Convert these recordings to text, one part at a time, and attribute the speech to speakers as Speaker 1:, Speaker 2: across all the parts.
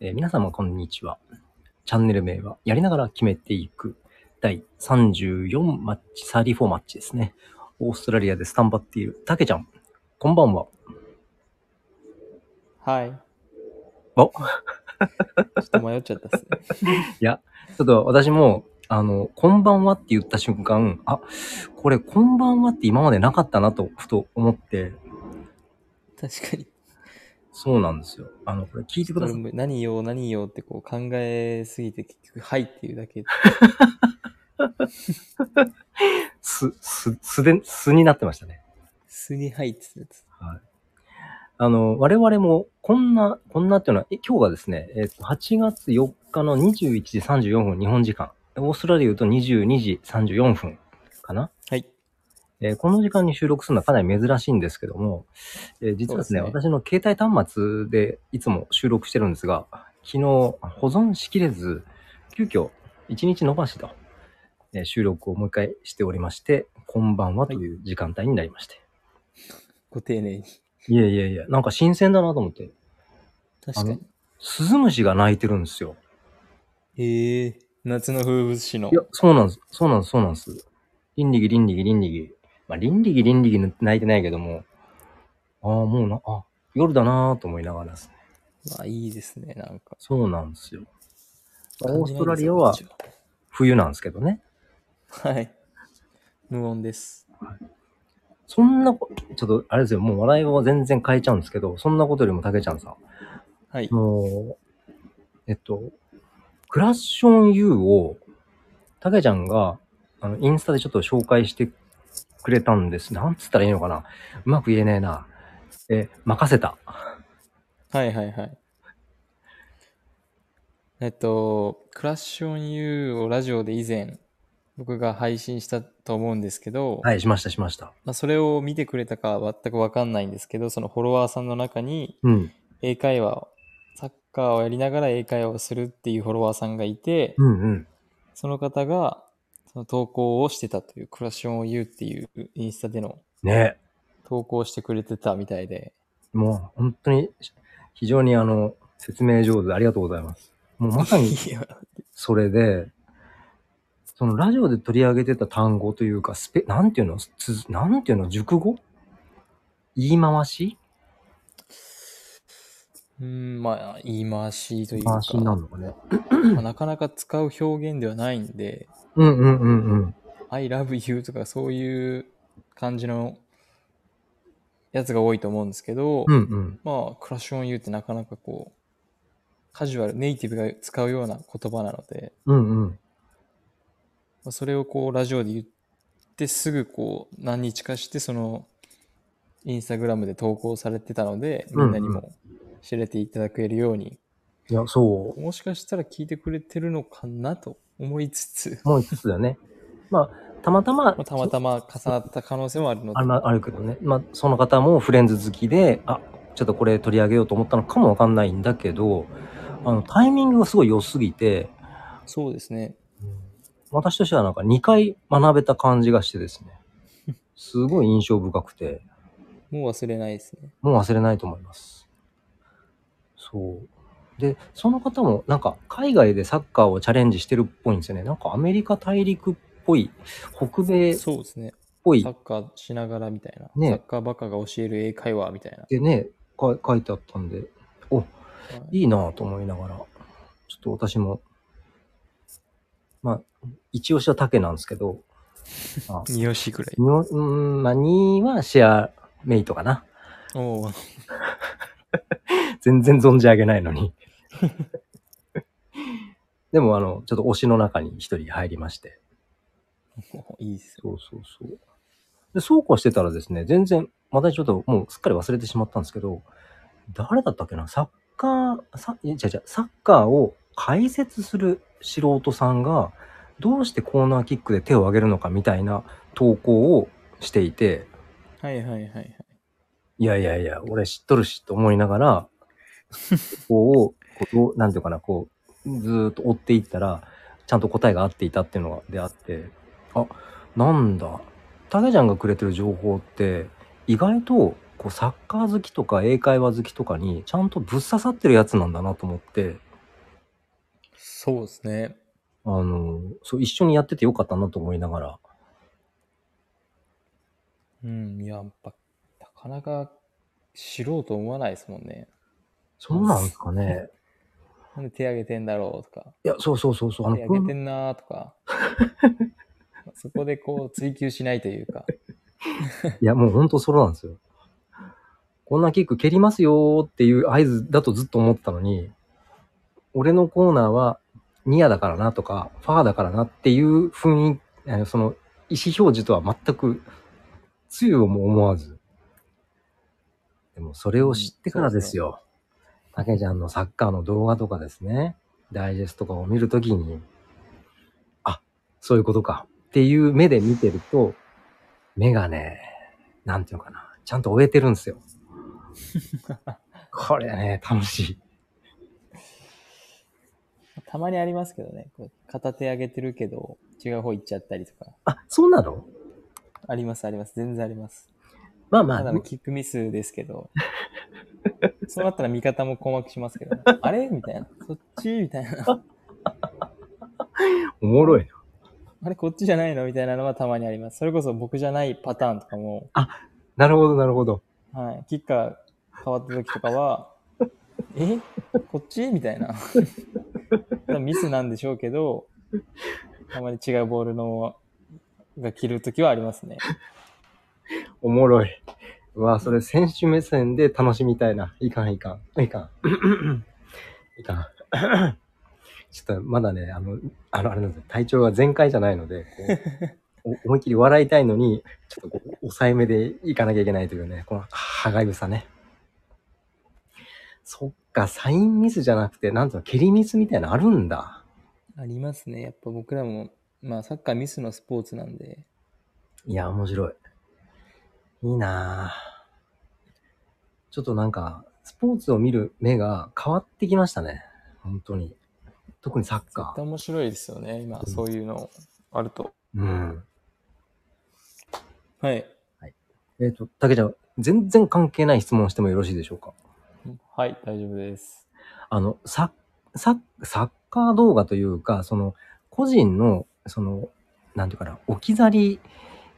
Speaker 1: えー皆様こんにちは。チャンネル名は、やりながら決めていく、第34マッチ、34マッチですね。オーストラリアでスタンバっている、たけちゃん、こんばんは。
Speaker 2: はい。
Speaker 1: お
Speaker 2: ちょっと迷っちゃった っすね。
Speaker 1: ちょっと私も、あの、こんばんはって言った瞬間、あ、これこんばんはって今までなかったなと、ふと思って、
Speaker 2: 確かに。
Speaker 1: そうなんですよ。あの、これ聞いてください。
Speaker 2: 俺も何よう何ようってこう考えすぎて結局、はいっていうだけ。
Speaker 1: す、す、すで、すになってましたね。
Speaker 2: すにはいっつってた
Speaker 1: あの、我々も、こんな、こんなっていうのは、え今日がですね、えっと、8月4日の21時34分、日本時間。オーストラリアで言うと22時34分かな。
Speaker 2: はい。
Speaker 1: えーこの時間に収録するのはかなり珍しいんですけども、えー実はですね
Speaker 2: そうで
Speaker 1: 私の携帯端末でいつも収録してるんですが、昨日保存しきれず、急遽1日延ばしと、えー収録をもう一回しておりまして、こんばんはという時間帯になりまして。
Speaker 2: ご丁寧に。
Speaker 1: い、やいやいや、なんか新鮮だなと思って、
Speaker 2: 確かに。
Speaker 1: スズムシが鳴いてるんですよ。
Speaker 2: ええ夏の風物詩の
Speaker 1: い。や、そうなんです。そうなんです。そうなんです。リンリギ、リンリギ、リンリギ。まあ、リンリギ、リンリギ泣いてないけども、ああ、もうな、あ、夜だなぁと思いながらですね。
Speaker 2: まあいいですね、なんか。
Speaker 1: そうなんですよ。まあオーストラリアは
Speaker 2: 感じないですよ
Speaker 1: 冬なんですけどね。
Speaker 2: こっちははい。無音です。
Speaker 1: そんなこ、ちょっと、あれですよ、もう笑いは全然変えちゃうんですけど、そんなことよりも竹ちゃんさん、
Speaker 2: はい。
Speaker 1: もう、えっと、クラッション U を、たけちゃんが、あの、インスタでちょっと紹介してくれたんです。なんつったらいいのかなうまく言えねえな。え、任せた。
Speaker 2: はいはいはい。えっと、クラッシュオン U をラジオで以前、僕が配信したと思うんですけど、
Speaker 1: はい、しました、しました。
Speaker 2: まあ、それを見てくれたかは全くわかんないんですけど、そのフォロワーさんの中に
Speaker 1: うん。
Speaker 2: 英会話を、サッカーをやりながら英会話をするっていうフォロワーさんがいて、
Speaker 1: うんうん。
Speaker 2: その方がその投稿をしてたという、クラッシュオン U っていうインスタでの
Speaker 1: ね
Speaker 2: 投稿をしてくれてたみたいで、
Speaker 1: もう、本当に、非常にあの、説明上手でありがとうございます。もうまさに、
Speaker 2: いや
Speaker 1: それで、そのラジオで取り上げてた単語というか、スペ、なんていうのつなんていうの熟語言い回し
Speaker 2: うん、まあ、言い回しと
Speaker 1: 言い
Speaker 2: い
Speaker 1: う
Speaker 2: か
Speaker 1: 回、しなのかね。
Speaker 2: まあなかなか使う表現ではないんで、
Speaker 1: うんうんうんうん。
Speaker 2: I love you とかそういう感じのやつが多いと思うんですけど、
Speaker 1: うんうん。
Speaker 2: まあ、クラッシュオン U ってなかなかこう、カジュアル、ネイティブが使うような言葉なので、
Speaker 1: うんうん。
Speaker 2: まあそれをこう、ラジオで言ってすぐこう、何日かして、その、インスタグラムで投稿されてたので、
Speaker 1: うんう
Speaker 2: み
Speaker 1: ん
Speaker 2: んなにも知れていただけるように、
Speaker 1: いや、そ
Speaker 2: もしかしたら聞いてくれてるのかなと思いつつ、
Speaker 1: う。もう一つだよね。まあ、たまたま
Speaker 2: まあ、たまたま重なった可能性もあるの
Speaker 1: あ
Speaker 2: で、
Speaker 1: まあるけどね。まあ、その方もフレンズ好きで、あ、ちょっとこれ取り上げようと思ったのかもわかんないんだけど、あの、タイミングがすごい良すぎて、
Speaker 2: そうですね。
Speaker 1: 私としてはなんか2回学べた感じがしてですね。すごい印象深くて、
Speaker 2: もう忘れないですね。
Speaker 1: もう忘れないと思います。そう。で、その方もなんか海外でサッカーをチャレンジしてるっぽいんですよね。なんかアメリカ大陸っぽい、北米っ
Speaker 2: そうですね。
Speaker 1: ぽい
Speaker 2: サッカーしながらみたいな。
Speaker 1: ね
Speaker 2: サッカーばっかが教える英会話みたいな。
Speaker 1: でね、か書いてあったんで、お、
Speaker 2: はい
Speaker 1: いいなぁと思いながら、ちょっと私も、まあ、一押しは竹なんですけど、あ
Speaker 2: 三好ぐらい。
Speaker 1: におうーん、まあ、2はシェアメイトかな。
Speaker 2: おお、
Speaker 1: 全然存じ上げないのに。 でも、あの、ちょっと推しの中に一人入りまして。
Speaker 2: いいっすよ。
Speaker 1: そうそうそう。で、そうこうしてたらですね、全然、またちょっともうすっかり忘れてしまったんですけど、誰だったっけな、サッカー、さ、いや違う違う、サッカーを解説する素人さんが、どうしてコーナーキックで手を挙げるのかみたいな投稿をしていて、
Speaker 2: はいはいはいはい。
Speaker 1: いやいやいや、俺知っとるしと思いなが ら、こう、こう、なんていうかな、こう、ずーっと追っていったら、ちゃんと答えが合っていたっていうのが、であって、あ、なんだ、たけちゃんがくれてる情報って、意外と、こう、サッカー好きとか英会話好きとかに、ちゃんとぶっ刺さってるやつなんだなと思って、
Speaker 2: そうですね。
Speaker 1: あの、そう、一緒にやっててよかったなと思いながら、
Speaker 2: うん、いや、やっぱ、なかなか知ろうと思わないですもんね。
Speaker 1: そうなんですかね。
Speaker 2: なんで手挙げてんだろうとか、
Speaker 1: いや、そうそうそうそう、あの、
Speaker 2: 手挙げて
Speaker 1: 本
Speaker 2: んなーと か、そこでこう追求しないというか、
Speaker 1: いや、もう本当それなんですよ。こんなキック蹴りますよーっていう合図だとずっと思ってたのに、俺のコーナーはニアだからなとか、ファーだからなっていう雰囲気、あのその意思表示とは全く、つゆをも思わず。でもそれを知ってからですよ。たけちゃんのサッカーの動画とかですね、ダイジェストとかを見るときに、あ、そういうことかっていう目で見てると、目がね、なんていうのかな、ちゃんと終えてるんですよ。これね、楽しい。
Speaker 2: たまにありますけどね、こう片手上げてるけど、違う方行っちゃったりとか、
Speaker 1: あ、そうなの
Speaker 2: ありますあります、全然あります。
Speaker 1: まあま
Speaker 2: ただ
Speaker 1: あ
Speaker 2: の、キックミスですけど、 そうなったら味方も困惑しますけどね、あれみたいな、そっちみたいな、
Speaker 1: おもろいな。
Speaker 2: あれこっちじゃないのみたいなのはたまにあります。それこそ僕じゃないパターンとかも、
Speaker 1: なるほど、なるほど。
Speaker 2: はい、キッカー変わった時とかは、 えこっちみたいな。 多分ミスなんでしょうけど、たまに違うボールのが切る時はありますね。
Speaker 1: おもろい。うわそれ選手目線で楽しみたいな。いかん、いかん。い かん。いかん。ちょっとまだね、あの、あの、あれなんですよ。体調が全開じゃないので、 こうお思いっきり笑いたいのに、ちょっとこう、抑えめでいかなきゃいけないというね、この歯がゆさね。そっか、サインミスじゃなくて、なんていうの、蹴りミスみたいなのあるんだ。
Speaker 2: ありますね。やっぱ僕らも、まあサッカーミスのスポーツなんで、
Speaker 1: いや、面白い。いいなぁ。ちょっとなんか、スポーツを見る目が変わってきましたね。本当に。特にサッ
Speaker 2: 絶
Speaker 1: カ
Speaker 2: 対面白いですよね。今、
Speaker 1: うん
Speaker 2: そういうのあると。
Speaker 1: ー。うん。
Speaker 2: はい。
Speaker 1: えっ、と、たけちゃん、全然関係ない質問してもよろしいでしょうか
Speaker 2: はい、大丈夫です。
Speaker 1: あの、サッ、サッ、サッカー動画というか、その、個人の、その、なんていうかな、置き去り、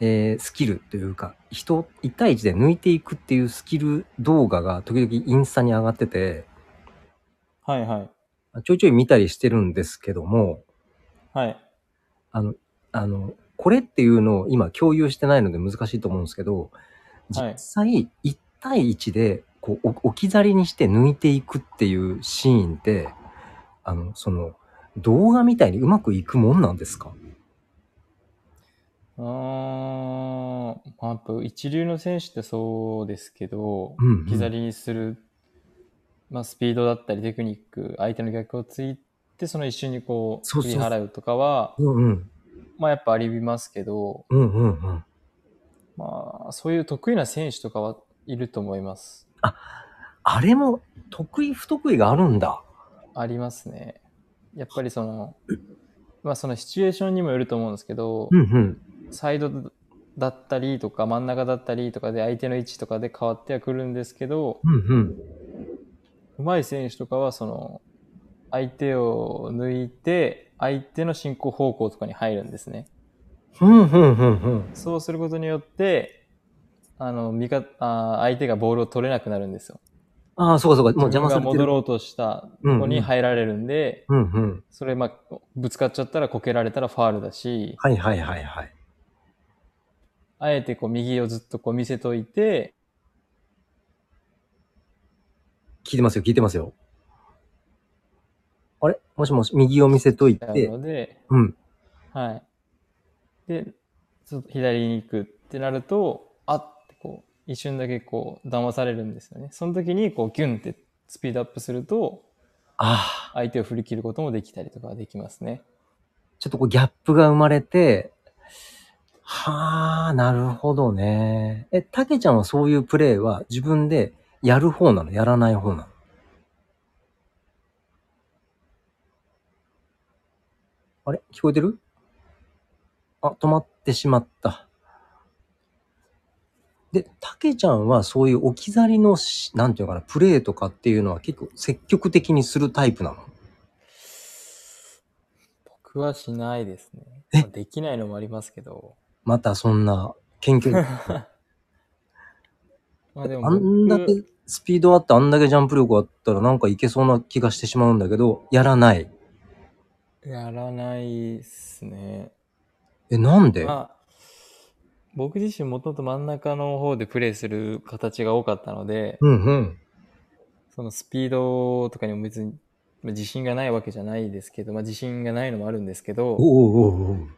Speaker 1: えースキルというか、人、1対1で抜いていくっていうスキル動画が時々インスタに上がってて、
Speaker 2: はいはい。
Speaker 1: ちょいちょい見たりしてるんですけども、
Speaker 2: はい。
Speaker 1: あの、あの、これっていうのを今共有してないので難しいと思うんですけど、
Speaker 2: はい
Speaker 1: 実際1対1でこうお置き去りにして抜いていくっていうシーンって、あの、その動画みたいにうまくいくもんなんですか
Speaker 2: うーん、まあ、やっぱ一流の選手ってそうですけど、
Speaker 1: うんうん
Speaker 2: 置き去りにする、まあ、スピードだったりテクニック、相手の逆をついて、その一瞬にこ
Speaker 1: そう
Speaker 2: う、
Speaker 1: そ
Speaker 2: 振
Speaker 1: う
Speaker 2: り払うとかは、
Speaker 1: うんうん。
Speaker 2: まあ、やっぱありますけど、
Speaker 1: うんうんうん。
Speaker 2: まあ、そういう得意な選手とかはいると思います。
Speaker 1: あれも得意不得意があるんだ。
Speaker 2: ありますね。やっぱりその、まあ、そのシチュエーションにもよると思うんですけど、
Speaker 1: うんうん。
Speaker 2: サイドだったりとか、真ん中だったりとかで、相手の位置とかで変わってはくるんですけど、
Speaker 1: うんうん。
Speaker 2: 上手い選手とかはその相手を抜いて相手の進行方向とかに入るんですね
Speaker 1: うんうんうんうん。
Speaker 2: そうすることによってあの味方あー相手がボールを取れなくなるんですよ
Speaker 1: ああ、そうかそうか。もう
Speaker 2: 自
Speaker 1: 邪魔
Speaker 2: 分
Speaker 1: さ
Speaker 2: が
Speaker 1: れて
Speaker 2: 戻
Speaker 1: る。
Speaker 2: ろうとしたとこに入られるんで、
Speaker 1: うんうん。
Speaker 2: それ、まあ、ぶつかっちゃったらこけられたらファールだし
Speaker 1: はいはいはいはい。
Speaker 2: あえてこう右をずっとこう見せといて
Speaker 1: 聞いてますよ、聞いてますよ。あれもしもし、右を見せとい
Speaker 2: な
Speaker 1: て。
Speaker 2: ので、
Speaker 1: うん。
Speaker 2: はい、でちょっと左に行くってなるとあってこう一瞬だけこう騙されるんですよねその時にこうギュンってスピードアップすると
Speaker 1: ああ、
Speaker 2: 相手を振り切ることもできたりとかできますね
Speaker 1: ちょっとこうギャップが生まれて、はあ、なるほどね。え、たけちゃんはそういうプレイは自分でやる方なのやらない方なのあれ聞こえてるあ、止まってしまった。で、たけちゃんはそういう置き去りのし、なんていうのかな、プレイとかっていうのは結構積極的にするタイプなの
Speaker 2: 僕はしないですね。まあできないのもありますけど。
Speaker 1: またそんな、研究力。
Speaker 2: まあでも
Speaker 1: あんだけ
Speaker 2: 僕、
Speaker 1: スピードあって、あんだけジャンプ力あったらなんかいけそうな気がしてしまうんだけど、やらない。
Speaker 2: やらないっすね。
Speaker 1: え、なんで、
Speaker 2: まあ、僕自身もともと真ん中の方でプレイする形が多かったので、
Speaker 1: うんうん。
Speaker 2: そのスピードとかにも別にまあ自信がないわけじゃないですけど、まあ自信がないのもあるんですけど、
Speaker 1: おうおうおうおう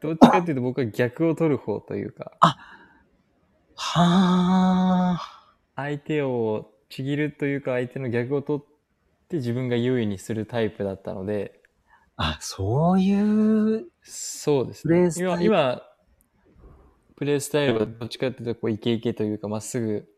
Speaker 2: どっちかっていうと僕は逆を取る方というか、
Speaker 1: はあ。
Speaker 2: 相手をちぎるというか相手の逆を取って自分が優位にするタイプだったので、
Speaker 1: あ、そういう、
Speaker 2: そうです
Speaker 1: プレ
Speaker 2: ね
Speaker 1: イ。スタイル
Speaker 2: 今、今プレイスタイルはどっちかっていうとこうイケイケというかまっすぐ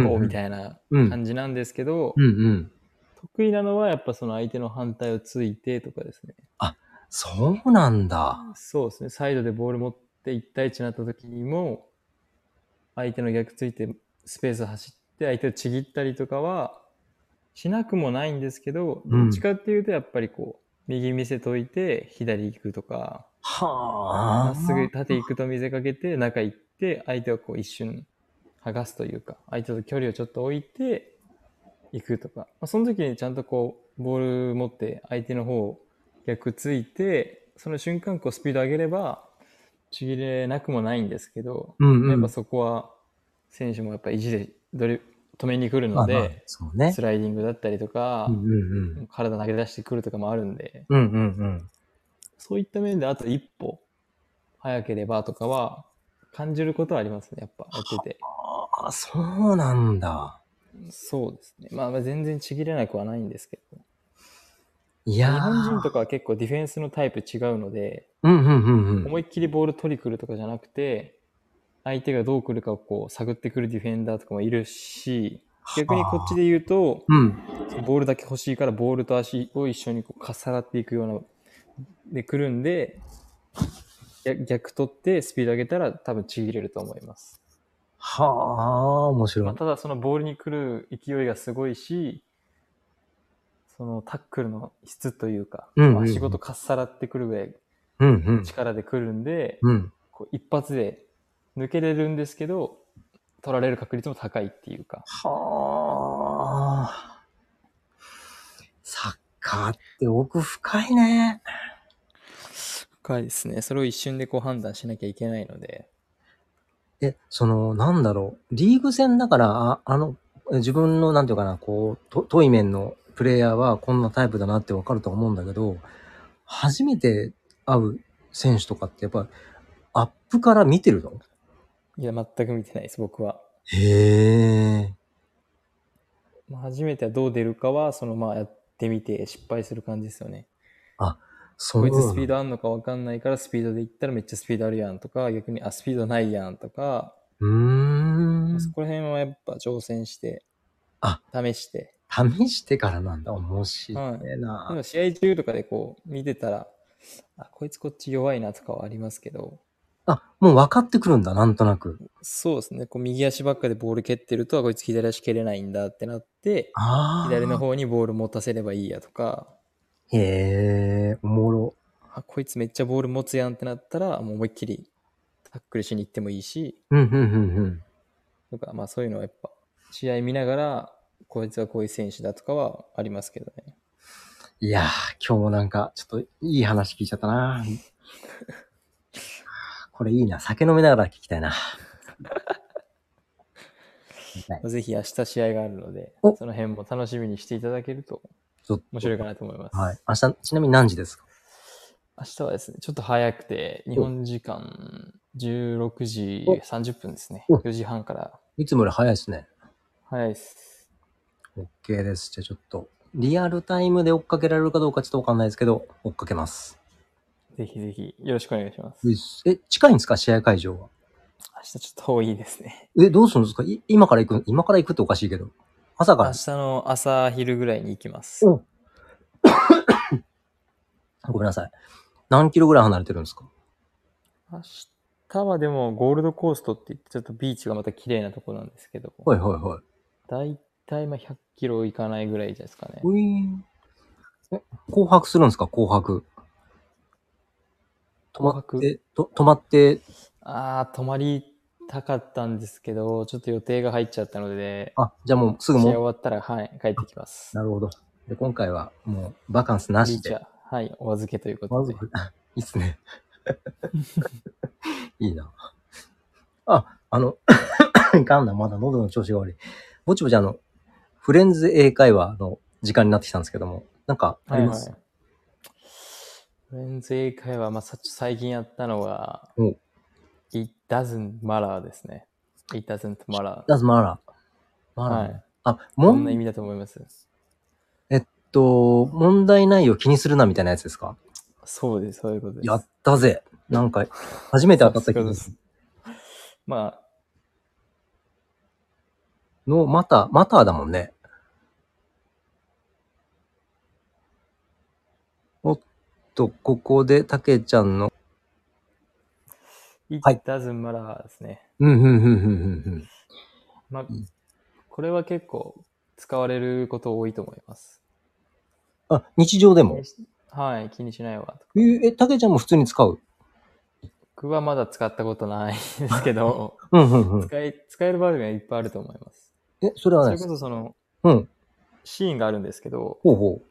Speaker 1: う
Speaker 2: こうみ
Speaker 1: い
Speaker 2: たいな
Speaker 1: うん
Speaker 2: 感じなんですけど、
Speaker 1: うんうん。
Speaker 2: 得意なのはやっぱその相手の反対をついてとかですね。
Speaker 1: そうなんだ。
Speaker 2: そうですね。サイドでボール持って1対1になった時にも、相手の逆ついてスペース走って相手をちぎったりとかはしなくもないんですけど、
Speaker 1: うん
Speaker 2: どっちかっていうとやっぱりこう、右見せといて左行くとか、ま
Speaker 1: はあ。
Speaker 2: っすぐ縦行くと見せかけて中行って相手をこう一瞬剥がすというか、相手と距離をちょっと置いて行くとか、まあ、その時にちゃんとこう、ボール持って相手の方を逆ついて、その瞬間こうスピード上げれば、ちぎれなくもないんですけど、
Speaker 1: うんうん。
Speaker 2: やっぱそこは選手もやっぱ意地でドリ止めに来る
Speaker 1: ま
Speaker 2: の
Speaker 1: あまあ
Speaker 2: で、
Speaker 1: そうね
Speaker 2: ス。ライディングだったりとか
Speaker 1: うん、うんうん。
Speaker 2: 体投げ出してくるとかもあるんで、
Speaker 1: うんうんうん。
Speaker 2: そういった面であと一歩早ければとかは感じることはありますね、やっぱやってて。
Speaker 1: あ、そうなんだ。
Speaker 2: そうですね。まあまあ全然ちぎれなくはないんですけど。
Speaker 1: い
Speaker 2: 日
Speaker 1: やー
Speaker 2: 本人とかは結構ディフェンスのタイプ違うので、
Speaker 1: うんうんうんうん。
Speaker 2: 思いっきりボール取り来るとかじゃなくて、相手がどう来るかをこう探ってくるディフェンダーとかもいるし、逆にこっちで言うと、
Speaker 1: うん。
Speaker 2: ボールだけ欲しいからボールと足を一緒にこう重なっていくようなで来るんで逆逆取ってスピード上げたら多分ちぎれると思います、
Speaker 1: はあ、面白
Speaker 2: まあ、
Speaker 1: い。
Speaker 2: ただそのボールに来る勢いがすごいしそのタックルの質というか、
Speaker 1: うんうんうん
Speaker 2: まあ足ごとかっさらってくるぐらい
Speaker 1: うんうん。
Speaker 2: 力で来るんで、
Speaker 1: うん。
Speaker 2: こう一発で抜けれるんですけど取られる確率も高いっていうか
Speaker 1: はあ。サッカーって奥深いね。
Speaker 2: 深いですねそれを一瞬でこう判断しなきゃいけないので
Speaker 1: え、その、なんだろう。リーグ戦だから、ああの、自分の、なんていうかな、こう、と遠い面のプレイヤーはこんなタイプだなってわかると思うんだけど、初めて会う選手とかって、やっぱ、アップから見てるの
Speaker 2: いや全く見てないです僕は
Speaker 1: へえ。
Speaker 2: まあ、初めてはどう出るかは、そのまあやってみて失敗する感じですよね。
Speaker 1: そう。
Speaker 2: こいつスピードあんのかわかんないからスピードで行ったらめっちゃスピードあるやんとか、逆にあ、スピードないやんとか、
Speaker 1: うーん。
Speaker 2: そこら辺はやっぱ挑戦して、
Speaker 1: あ
Speaker 2: 試して。
Speaker 1: 試してからなんだ。面白いな。
Speaker 2: でも試合中とかでこう見てたら、あ、こいつこっち弱いなとかはありますけど、
Speaker 1: あ、もう分かってくるんだ、なんとなく。
Speaker 2: そうですね、こう右足ばっかでボール蹴ってると、あ、こいつ左足蹴れないんだってなって、
Speaker 1: ああ。
Speaker 2: 左の。方にボール持たせればいいやとか、
Speaker 1: へえ、おもろ。
Speaker 2: あこいつめっちゃボール持つやんってなったらもう思いっきりタックルしに行ってもいいし
Speaker 1: うん、うん、うん、うん。
Speaker 2: とかまあそういうのはやっぱ試合見ながらこいつはこういう選手だとかはありますけどね
Speaker 1: いやー、今日もなんか、ちょっといい話聞いちゃったな。 これいいな。酒飲みながら聞き たいな。はい
Speaker 2: まあぜひ明日試合があるので
Speaker 1: お
Speaker 2: その辺も楽しみにしていただけると
Speaker 1: ちょっと
Speaker 2: 面白いかなと思います、
Speaker 1: はい。明日、ちなみに何時ですか
Speaker 2: 明日はですねちょっと早くて日本時間16時30分ですね
Speaker 1: お
Speaker 2: 4時半から
Speaker 1: いつもより早いですね。
Speaker 2: 早いです
Speaker 1: OK です。じゃあちょっと、リアルタイムで追っかけられるかどうかちょっとわかんないですけど、追っかけます。
Speaker 2: ぜひぜひよろしくお願いします
Speaker 1: う
Speaker 2: 明
Speaker 1: っすえ、近いんですか試合会場は。
Speaker 2: 日ちょっと遠いですね
Speaker 1: え、どうするんですかい今から行く、今から行くっておかしいけど。朝か
Speaker 2: 明
Speaker 1: ら。
Speaker 2: 日の朝昼ぐらいに行きます
Speaker 1: おごめんなさい。何キロぐらい離れてるんですか
Speaker 2: 明日はでもゴールドコーストって言ってちょっとビーチがまた綺麗なところなんですけど、
Speaker 1: はいはいはい。
Speaker 2: だいたいまあ100キロいかないぐらいじゃないですかね。
Speaker 1: ういーん。紅白するんですか紅白。止まっ
Speaker 2: 紅
Speaker 1: て、と止まって、
Speaker 2: ああ、泊まりたかったんですけど、ちょっと予定が入っちゃったので、
Speaker 1: あ、じゃあもうすぐ
Speaker 2: 試合
Speaker 1: も
Speaker 2: 終
Speaker 1: う。
Speaker 2: わったら、はい、帰ってきます。
Speaker 1: なるほど。で、今回はもうバカンスな
Speaker 2: リー
Speaker 1: し
Speaker 2: チ
Speaker 1: で。
Speaker 2: は、はい、お預けというこ
Speaker 1: ま
Speaker 2: と
Speaker 1: ず
Speaker 2: で。、
Speaker 1: いいっす ね。いいな。あ、あの、 いかんな、まだ喉の調子が悪い。ぼちぼちあの、フレンズ英会話の時間になってきたんですけども、なんかあります、
Speaker 2: はいはいフレンズ英会話、まあ、さ最近やったのが
Speaker 1: お、
Speaker 2: It doesn't matter ですね。It doesn't matter。
Speaker 1: ダズマラ。マラ。
Speaker 2: はい。
Speaker 1: あ、
Speaker 2: どんな意
Speaker 1: 問
Speaker 2: 味だと思います
Speaker 1: と、問題内容気にするなみたいなやつですか
Speaker 2: そうです、そういうことです。
Speaker 1: やったぜ。なんか、初めて当たった
Speaker 2: そう
Speaker 1: 気
Speaker 2: いうこと
Speaker 1: が
Speaker 2: です
Speaker 1: る
Speaker 2: ま
Speaker 1: の、また、まただもんね。おっと、ここで、たけちゃんの、
Speaker 2: あ、It
Speaker 1: はい
Speaker 2: doesn't matter ですね。
Speaker 1: うん、うん、うん、うん、うん
Speaker 2: まあ
Speaker 1: ん、
Speaker 2: これは結構使われること多いと思います。
Speaker 1: うん。あ、日常でも。
Speaker 2: はい、気にしないわ。
Speaker 1: え
Speaker 2: と
Speaker 1: ーえ、たけちゃんも普通に使う。
Speaker 2: 僕はまだ使ったことないですけど、
Speaker 1: うん、うん、うん。
Speaker 2: 使い使える場合がいっぱいあると思います。
Speaker 1: え、それは
Speaker 2: そ
Speaker 1: ない
Speaker 2: れ
Speaker 1: で
Speaker 2: こ
Speaker 1: す。
Speaker 2: そその、
Speaker 1: うん。
Speaker 2: シーンがあるんですけど、
Speaker 1: ほうほ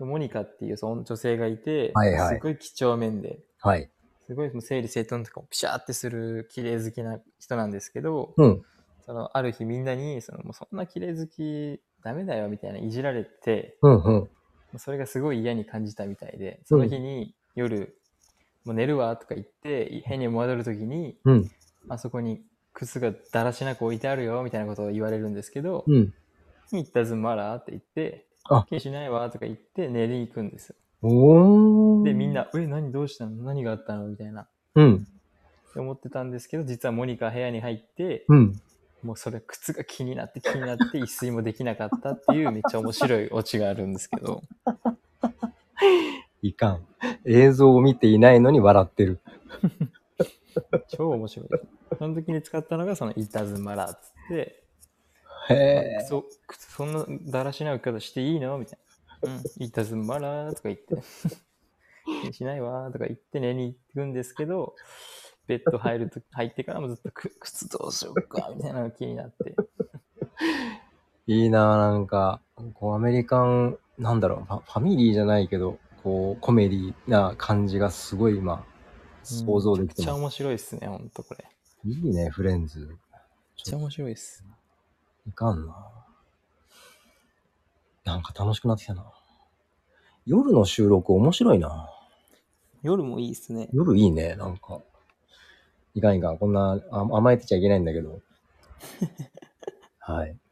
Speaker 2: モニカっていうその女性がいて、
Speaker 1: はいはい
Speaker 2: すごい几帳面で、
Speaker 1: う。はい。
Speaker 2: すごいもう整理整頓とかをピシャーってする綺麗好きな人なんですけど、
Speaker 1: うん。
Speaker 2: そのある日みんなにそのもうそんな綺麗好きダメだよみたいないじられて、
Speaker 1: うん、うん。
Speaker 2: もうそれがすごい嫌に感じたみたいで、その日に夜、もう寝るわとか言って、変に戻るときに、
Speaker 1: うん。
Speaker 2: あそこに靴がだらしなく置いてあるよみたいなことを言われるんですけど、
Speaker 1: うん。
Speaker 2: 行ったずまらって言って
Speaker 1: あ、
Speaker 2: 気にしないわとか言って寝に行くんですよ。
Speaker 1: おー。
Speaker 2: で、みん。な、え、何どうしたの何があったのみたいな。
Speaker 1: うん。
Speaker 2: って思ってたんですけど、実はモニカ部屋に入って、
Speaker 1: うん。
Speaker 2: もうそれ靴が気になって気になって一睡もできなかったっていうめっちゃ面白いオチがあるんですけど、
Speaker 1: いかん。映像を見ていないのに笑ってる。
Speaker 2: 超面白い。その時に使ったのがそのイタズマラっつって、
Speaker 1: へ
Speaker 2: あ
Speaker 1: え。
Speaker 2: そ靴そんなだらしない置き方していいのみたいな。うん、イタズマラとか言って、気にしないわとか言って寝に行くんですけど、ベッド入ると入ってからもずっとく靴どうしようかみたいなのが気になって。
Speaker 1: いいなぁ、なんか、こう、アメリカン、なんだろう、ファファミリーじゃないけど、こう、コメディな感じがすごい今、想像でき
Speaker 2: め
Speaker 1: て
Speaker 2: っちゃ
Speaker 1: ます。
Speaker 2: 面白いですね、ほんとこれ。めっ
Speaker 1: いいね、フレンズ。
Speaker 2: ちゃ面白いです。
Speaker 1: いかんななんか楽しくなってきたな夜の収録面白いな
Speaker 2: 夜もいいですね。
Speaker 1: 夜いいね、なんか。いかんいかん、こんなあ甘えてちゃいけないんだけど。はい。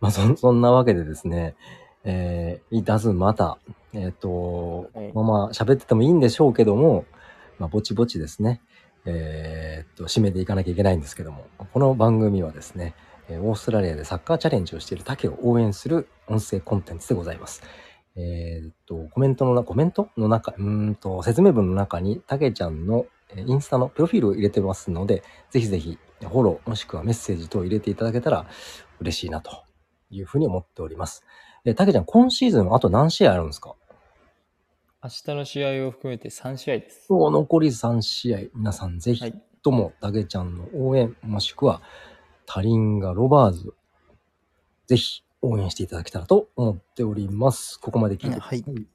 Speaker 1: まあ、そ、そんなわけでですね、えー、いたずまた、えっ、と、
Speaker 2: はい
Speaker 1: まあまあ、喋っててもいいんでしょうけども、まあ、ぼちぼちですね、えーっと、締めていかなきゃいけないんですけども、この番組はですね、えーオーストラリアでサッカーチャレンジをしている竹を応援する音声コンテンツでございます。えーっと、コメントのな、コメントの中、うーんと、説明文の中に、たけちゃんのえーインスタのプロフィールを入れてますので、ぜひぜひ、フォロー、もしくはメッセージ等を入れていただけたら嬉しいなというふうに思っております。えー、たけちゃん、今シーズンあと何試合あるんですか
Speaker 2: 明日の試合を含めて3試合です。
Speaker 1: 今日残り3試合、皆さんぜひ
Speaker 2: はい。
Speaker 1: とも、たけちゃんの応援、もしくは、タリンガ・ロバーズ、ぜひ応援していただけたらと思っております。ここまで聞いてください。
Speaker 2: はい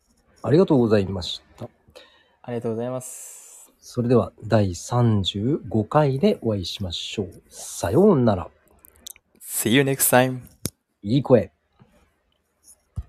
Speaker 1: ありがとうございました。
Speaker 2: ありがとうございます。
Speaker 1: それでは第35回でお会いしましょう。さようなら。
Speaker 2: See you next time!
Speaker 1: いい声。